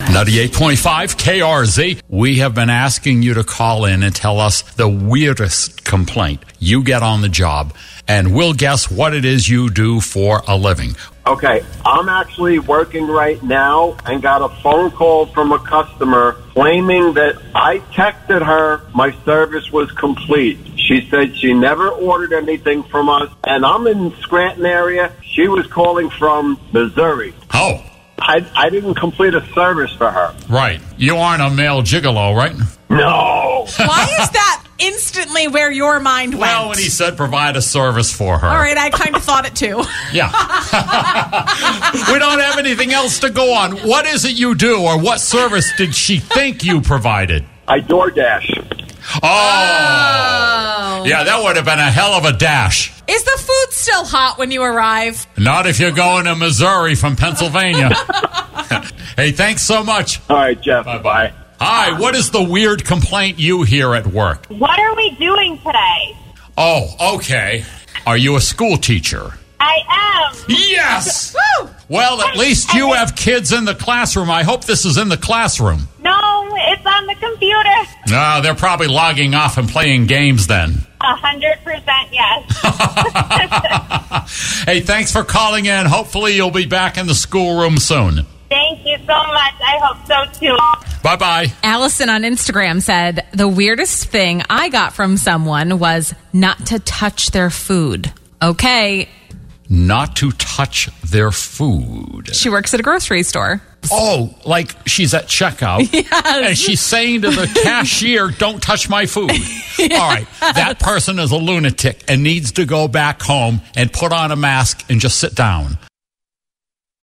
98.5 KRZ. We have been asking you to call in and tell us the weirdest complaint you get on the job, and we'll guess what it is you do for a living. Okay, I'm actually working right now and got a phone call from a customer claiming that I texted her my service was complete. She said she never ordered anything from us, and I'm in Scranton area. She was calling from Missouri. Oh, I, I didn't complete a service for her. right. You aren't a male gigolo, right? No. Why is that instantly where your mind went? Well, when he said provide a service for her. All right, I kind of thought it too. Yeah. we don't have anything else to go on. What is it you do, or what service did she think you provided? I DoorDash. Oh. Oh. Yeah, that would have been a hell of a dash. Is the food still hot when you arrive? Not if you're going to Missouri from Pennsylvania. hey, thanks so much. All right, Jeff. Bye-bye. Hi, what is the weird complaint you hear at work? What are we doing today? Oh, okay. Are you a school teacher? I am. Yes! Well, at least you have kids in the classroom. I hope this is in the classroom. No, it's on the computer. No, they're probably logging off and playing games then. A hundred percent yes. Hey, thanks for calling in. Hopefully, you'll be back in the schoolroom soon. Thank you so much. I hope so too. Bye bye. Allison on Instagram said the weirdest thing I got from someone was not to touch their food. Okay, Not to touch their food. she works at a grocery store. Oh, like she's at checkout and she's saying to the cashier, "Don't touch my food." All right, that person is a lunatic and needs to go back home and put on a mask and just sit down.